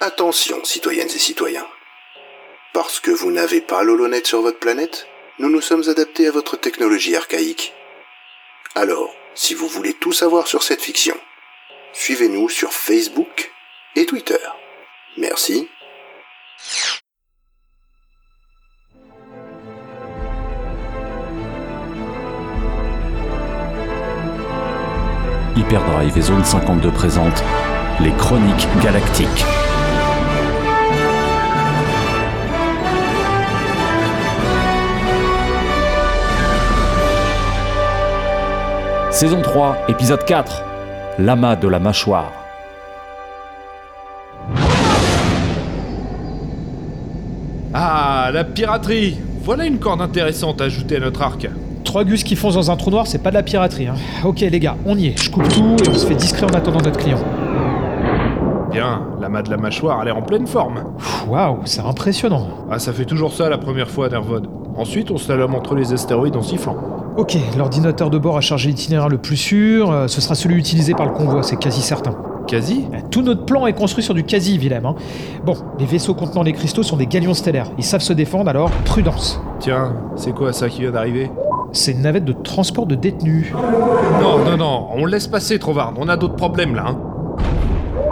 Attention, citoyennes et citoyens. Parce que vous n'avez pas l'holonet sur votre planète, nous nous sommes adaptés à votre technologie archaïque. Alors, si vous voulez tout savoir sur cette fiction, suivez-nous sur Facebook et Twitter. Merci. Hyperdrive et Zone 52 présentent les Chroniques Galactiques. Saison 3, épisode 4, l'amas de la mâchoire. Ah, la piraterie Voilà une corde intéressante à ajouter à notre arc. Trois gus qui foncent dans un trou noir, c'est pas de la piraterie. Hein. Ok les gars, on y est. Je coupe tout et on se fait discret en attendant notre client. Bien, l'amas de la mâchoire a l'air en pleine forme. Pff, Waouh, c'est impressionnant. Ah, ça fait toujours ça la première fois, Nervod. Ensuite, on se la lame entre les astéroïdes en sifflant. Ok, l'ordinateur de bord a chargé l'itinéraire le plus sûr. euh, ce sera celui utilisé par le convoi, c'est quasi certain. Quasi Euh, Tout notre plan est construit sur du quasi, Willem. hein. Bon, les vaisseaux contenant les cristaux sont des galions stellaires. Ils savent se défendre, alors prudence. Tiens, c'est quoi ça qui vient d'arriver C'est une navette de transport de détenus. Non, non, non, on laisse passer, Trovard, on a d'autres problèmes là. hein.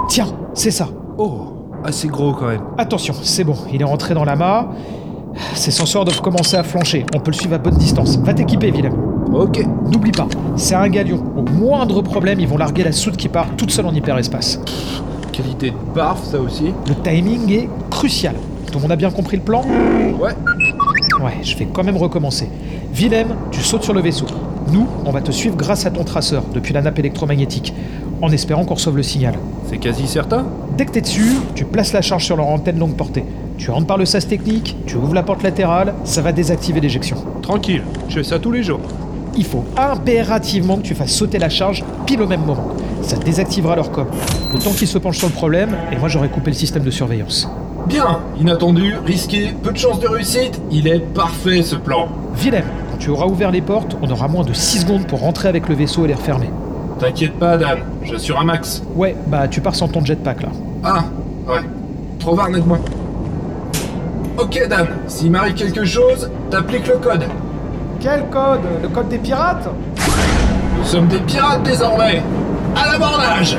Tiens, c'est ça. Oh, assez gros quand même. Attention, c'est bon, il est rentré dans l'amas. Ses senseurs doivent commencer à flancher. On peut le suivre à bonne distance. Va t'équiper, Willem. Ok. N'oublie pas, c'est un galion. Au moindre problème, ils vont larguer la soute qui part toute seule en hyperespace. Qualité de barf, ça aussi. Le timing est crucial. Tout le monde a bien compris le plan Ouais. Ouais, je vais quand même recommencer. Willem, tu sautes sur le vaisseau. Nous, on va te suivre grâce à ton traceur depuis la nappe électromagnétique, en espérant qu'on sauve le signal. C'est quasi certain Dès que t'es dessus, tu places la charge sur leur antenne longue portée. Tu rentres par le sas technique, tu ouvres la porte latérale, ça va désactiver l'éjection. Tranquille, je fais ça tous les jours. Il faut impérativement que tu fasses sauter la charge pile au même moment. Ça désactivera leur com. Le temps qu'ils se penchent sur le problème, et moi j'aurai coupé le système de surveillance. Bien, inattendu, risqué, peu de chances de réussite, il est parfait ce plan. Willem, quand tu auras ouvert les portes, on aura moins de 6 secondes pour rentrer avec le vaisseau et les refermer. T'inquiète pas, Dan, j'assure un max. Ouais, bah tu pars sans ton jetpack là. Ah, ouais. Trovard, aide-moi. Ok, Dan, s'il m'arrive quelque chose, t'appliques le code. Quel code Le code des pirates Nous sommes des pirates désormais. À l'abordage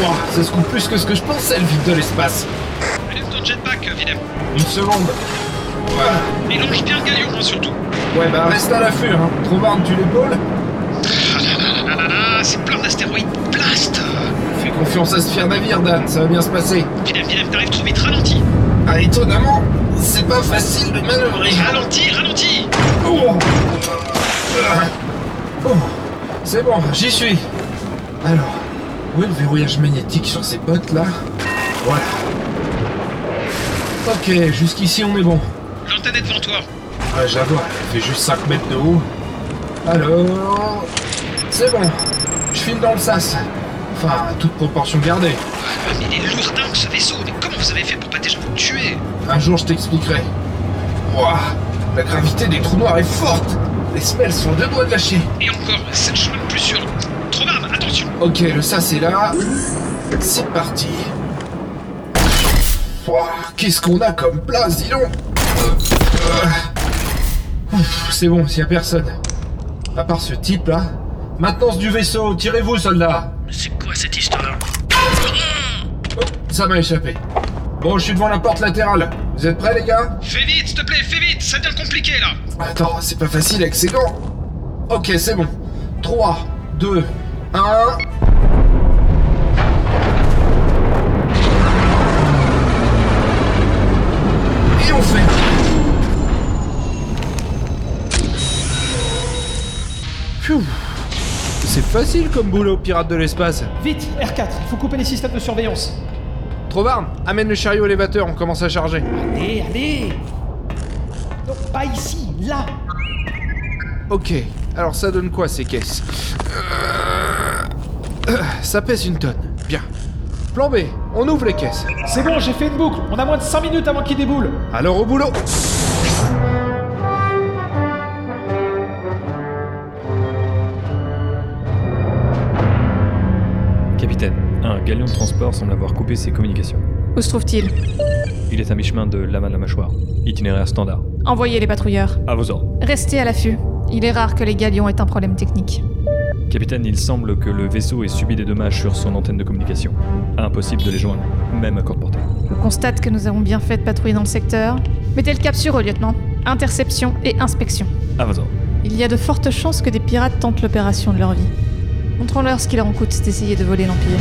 Ouah, ça se coupe plus que ce que je pensais, le vide de l'espace. Laisse ton jetpack, Willem. Une seconde. Ouais, Et longe bien le galion, hein, surtout. ouais bah reste à l'affût, hein. Trovard, tu l'épaules Ah là là là là là là, c'est plein d'astéroïdes. Blast Fais confiance à ce fier navire, Dan, ça va bien se passer. Willem, Willem, t'arrives trop vite, ralentis. Ah, étonnamment, c'est pas facile de manœuvrer. Ralentis, ralentis Oh. Oh. C'est bon, j'y suis. Alors, où est le verrouillage magnétique sur ces bottes là Voilà. Ok, jusqu'ici on est bon. L'antenne est devant toi. Ah, j'avoue, elle fait juste 5 mètres de haut. Alors. C'est bon, je file dans le sas. Enfin, à toute proportion gardée. Ah, mais il est lourd dingue, ce vaisseau. Mais comment vous avez fait pour pas déjà vous tuer Un jour, je t'expliquerai. Ouah, la gravité des trous noirs est forte Les semelles sont deux doigts de lâcher. Et encore, c'est le chemin le plus sûr. Trovard, attention Ok, le ça c'est là. C'est parti. Ouah, Qu'est-ce qu'on a comme place, dis donc Euh, euh. Ouf, C'est bon, s'il y a personne. À part ce type là. Maintenance du vaisseau, tirez-vous, soldats C'est quoi cette histoire Oh, Ça m'a échappé. Bon, je suis devant la porte latérale. Vous êtes prêts, les gars Fais vite, s'il te plaît, fais vite, ça devient compliqué, là Attends, c'est pas facile avec ces gants. Ok, c'est bon. 3, 2, 1. Et on fait. Pfiou. C'est facile comme boulot, pirate de l'espace. Vite, R4, il faut couper les systèmes de surveillance. Trovarne, amène le chariot élévateur, on commence à charger. Allez, allez Non, pas ici, là Ok, alors ça donne quoi ces caisses Euh, euh, Ça pèse une tonne. Bien. Plan B, on ouvre les caisses. C'est bon, j'ai fait une boucle, on a moins de 5 minutes avant qu'il déboule. Alors au boulot Capitaine, un galion de transport semble avoir coupé ses communications. Où se trouve-t-il Il est à mi-chemin de l'ama à la mâchoire. Itinéraire standard. Envoyez les patrouilleurs. À vos ordres. Restez à l'affût. Il est rare que les galions aient un problème technique. Capitaine, il semble que le vaisseau ait subi des dommages sur son antenne de communication. Impossible de les joindre, même à courte portée. Je constate que nous avons bien fait de patrouiller dans le secteur. Mettez le cap sur eux, lieutenant. Interception et inspection. À vos ordres. Il y a de fortes chances que des pirates tentent l'opération de leur vie. Montrons-leur ce qu'il leur en coûte d'essayer de voler l'Empire.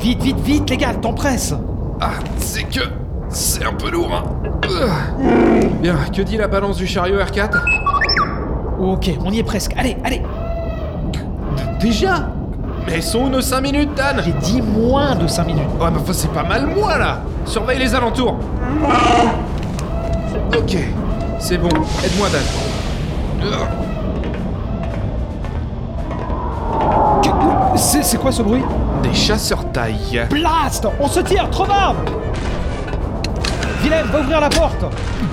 Vite, vite, vite, les gars, le temps presse Ah, c'est que. C'est un peu lourd, hein. Ugh. Bien, que dit la balance du chariot R4 Ok, on y est presque. Allez, allez Déjà Mais ils sont où nos 5 minutes, Dan J'ai dit moins de 5 minutes. Ouais, mais enfin, c'est pas mal moi là Surveille les alentours Ok, c'est bon, aide-moi, Dan. Euh, Ugh. Que- euh, C'est c'est quoi ce bruit Des chasseurs taille. Blast On se tire, trop bas Willem, va ouvrir la porte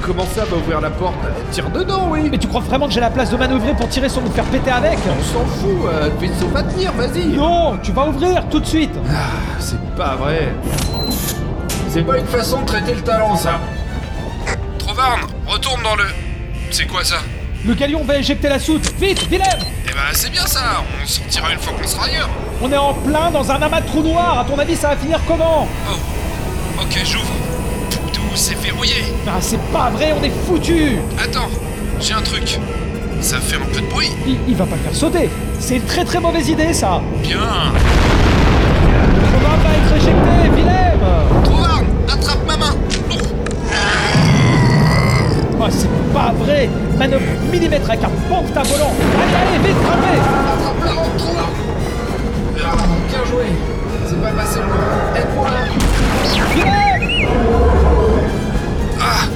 Comment ça va ouvrir la porte Tire dedans, oui Mais tu crois vraiment que j'ai la place de manœuvrer pour tirer sans nous faire péter avec On s'en fout, euh, le vaisseau va tenir, vas-y Ah, Non, tu vas ouvrir tout de suite C'est pas vrai. C'est pas une façon de traiter le talent, ça. Trovarne, retourne dans le. C'est quoi ça Le galion va éjecter la soute Vite, Willem Eh ben, c'est bien ça, on sortira une fois qu'on sera ailleurs. On est en plein dans un amas de trous noirs, à ton avis ça va finir comment Oh, ok, j'ouvre. Tout c'est verrouillé. Ah c'est pas vrai, on est foutu Attends, j'ai un truc. Ça fait un peu de bruit. il, il va pas le faire sauter C'est une très très mauvaise idée ça Bien. Thomas va être éjecté, Willem Trovarne, attrape ma main. Non. Ah c'est pas vrai Manœuvre millimètre avec un pantin volant Allez, allez, vite, frappez Attrape la rampe, Trovarne. Ah, bien joué. C'est pas passé loin. Aide-moi. Willem Ah,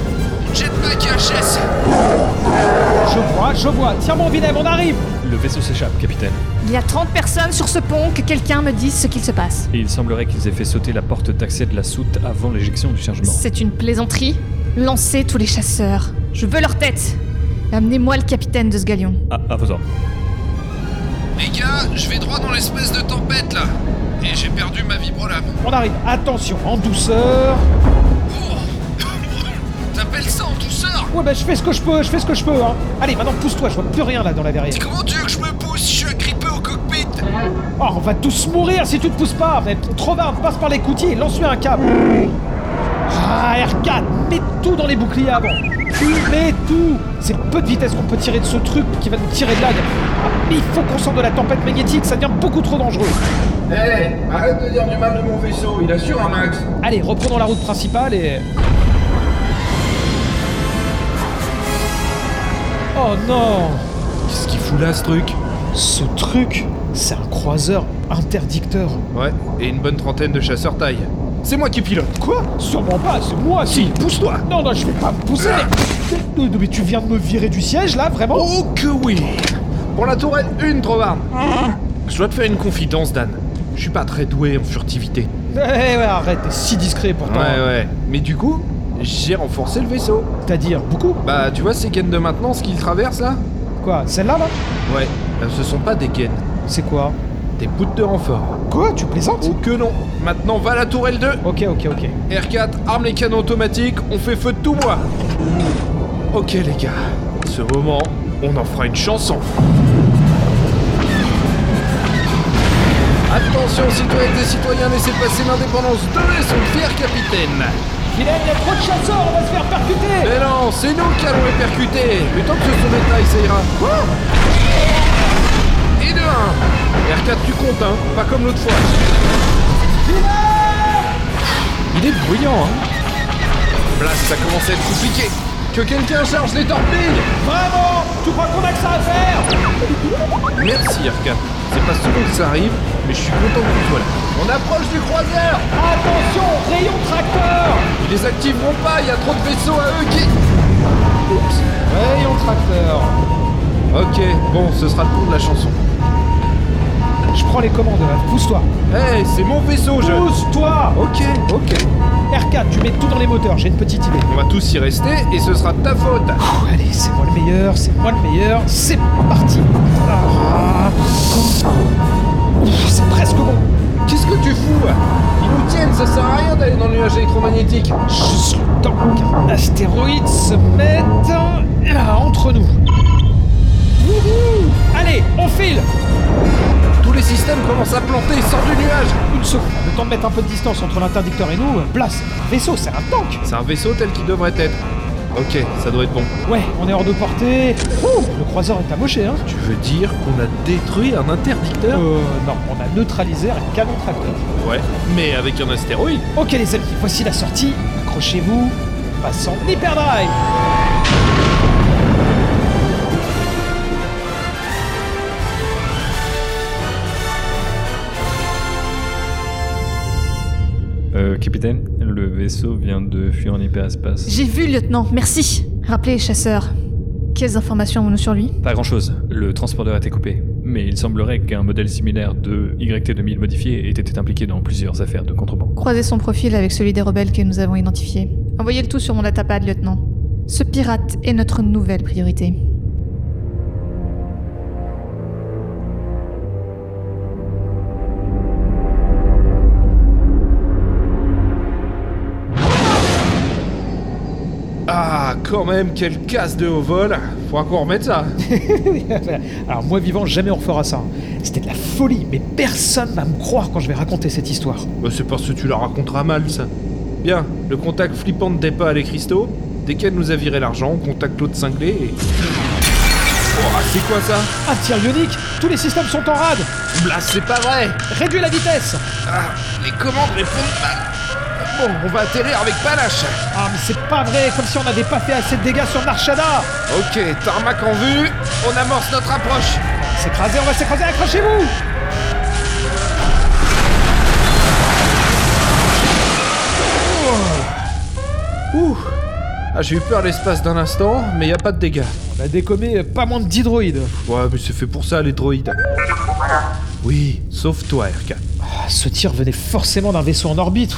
jetpack HS. Je vois, je vois, tiens mon Willem, on arrive Le vaisseau s'échappe, capitaine. Il y a 30 personnes sur ce pont, que quelqu'un me dise ce qu'il se passe. Et il semblerait qu'ils aient fait sauter la porte d'accès de la soute avant l'éjection du chargement. C'est une plaisanterie Lancez tous les chasseurs. Je veux leur tête Amenez-moi le capitaine de ce galion. Ah, à vos ordres. Les gars, je vais droit dans l'espèce de tempête là. Et j'ai perdu ma vibrolame. On arrive, attention, en douceur Oh. T'appelles ça en douceur Ouais bah je fais ce que je peux, je fais ce que je peux hein Allez, maintenant pousse-toi, je vois plus rien là dans la verrière Comment tu veux que je me pousse Je suis agrippé au cockpit. Oh, on va tous mourir si tu te pousses pas Mais trop bas, passe par l'écoutier, lance-lui un câble Ah, R4, mets tout dans les boucliers avant Tu mets tout C'est peu de vitesse qu'on peut tirer de ce truc qui va nous tirer de là. Ah, mais il faut qu'on sorte de la tempête magnétique, ça devient beaucoup trop dangereux Eh, arrête de dire du mal de mon vaisseau, il assure un max. Allez, reprenons la route principale et... Oh non Qu'est-ce qu'il fout là ce truc Ce truc, c'est un croiseur interdicteur. Ouais, et une bonne trentaine de chasseurs taille. C'est moi qui pilote. Quoi Sûrement pas, c'est moi qui... Pousse-toi Non, non, je vais pas me pousser. Mais, mais- mais tu viens de me virer du siège, là, vraiment Oh que oui Pour la tourelle, une trovarne. Je dois te faire une confidence, Dan. Je suis pas très doué en furtivité. Ouais, Eh, ouais, arrête, t'es si discret pourtant. ouais. Mais du coup, j'ai renforcé le vaisseau. C'est-à-dire, beaucoup Bah, tu vois ces gaines de maintenance qu'ils traversent là Quoi, celle-là, là Ouais, euh, ce sont pas des gaines, C'est quoi des bouts de renfort. Quoi, tu plaisantes Ou que non Maintenant, va à la tourelle 2 Ok, ok, ok. R4, arme les canons automatiques, on fait feu de tout moi Ok les gars, ce moment, on en fera une chanson. Attention citoyennes et citoyens, laissez passer l'indépendance de son fier capitaine Vilaine, il y a trop de chasseurs, on va se faire percuter Mais non, c'est nous qui allons les percuter Mais tant que ce sont des tailles, ça ira Quoi Et de 1 R4, tu comptes, hein Pas comme l'autre fois Il est bruyant, hein Là, ça commence à être compliqué Que quelqu'un charge les torpilles Vraiment Tu crois qu'on a que ça à faire Merci, R4. C'est pas souvent que ça arrive, mais je suis content que tu sois là. On approche du croiseur Attention, rayon tracteur Ils les activeront pas, il y a trop de vaisseaux à eux qui... Oups Rayon tracteur Ok, bon, ce sera le tour de la chanson. Je prends les commandes, là, pousse-toi Eh, c'est mon vaisseau, je... Pousse-toi Ok, ok. R4, tu mets tout dans les moteurs, j'ai une petite idée. On va tous y rester et ce sera de ta faute. Pff, allez, c'est moi le meilleur, c'est moi le meilleur, c'est parti. Ah. Ouf, C'est presque bon. Qu'est-ce que tu fous hein Ils nous tiennent, ça sert à rien d'aller dans le nuage électromagnétique. Juste le temps qu'un astéroïde se mette euh, entre nous. Wouhou Allez, on file Tous les systèmes commencent à planter, sors du nuage Une seconde, le temps de mettre un peu de distance entre l'interdicteur et nous. euh, Place, un vaisseau, c'est un tank C'est un vaisseau tel qu'il devrait être. Ok, ça doit être bon. Ouais, on est hors de portée. Ouh, le croiseur est amoché, hein Tu veux dire qu'on a détruit un interdicteur Euh, non, on a neutralisé un canon tracteur. Euh, Ouais, mais avec un astéroïde. Ok les amis, voici la sortie. Accrochez-vous, passons l'hyperdrive Euh, capitaine, le vaisseau vient de fuir en hyperespace. J'ai vu, lieutenant, merci. Rappelez, chasseur. Quelles informations avons-nous sur lui Pas grand-chose, le transpondeur a été coupé. Mais il semblerait qu'un modèle similaire de YT-2000 modifié ait été impliqué dans plusieurs affaires de contrebande. Croisez son profil avec celui des rebelles que nous avons identifié. Envoyez le tout sur mon datapad, lieutenant. Ce pirate est notre nouvelle priorité. Ah, quand même, quelle casse de haut vol Faudra qu'on remette ça. Alors moi vivant, jamais on refera ça. hein. C'était de la folie, mais personne va me croire quand je vais raconter cette histoire. Bah, c'est parce que tu la raconteras mal, ça. Bien, le contact flippant de Depa et les cristaux. Dès qu'elle nous a viré l'argent, on contacte l'autre cinglé et... Oh, ah, c'est quoi ça Un tir ionique Tous les systèmes sont en rade Là, c'est pas vrai Réduis la vitesse Ah, les commandes répondent mal. Ah Bon, on va atterrir avec panache. Ah mais c'est pas vrai, comme si on n'avait pas fait assez de dégâts sur Narshada Ok, tarmac en vue, on amorce notre approche. S'écraser, on va s'écraser, accrochez-vous Ouh Ah, j'ai eu peur l'espace d'un instant, mais y a pas de dégâts. On a décommé euh, pas moins de 10 droïdes. Ouais, mais c'est fait pour ça, les droïdes. Oui, sauf toi, RK. Ah, ce tir venait forcément d'un vaisseau en orbite.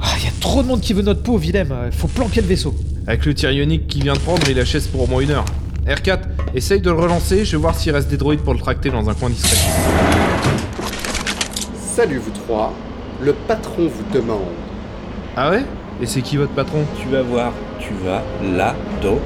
Ah, Il y a trop de monde qui veut notre peau, Willem. Euh, Faut planquer le vaisseau. Avec le tir ionique qu'il vient de prendre, il achète pour au moins une heure. R4, essaye de le relancer, je vais voir s'il reste des droïdes pour le tracter dans un coin discret. Salut vous trois, le patron vous demande. Ah ouais Et c'est qui votre patron Tu vas voir, tu vas l'adorer.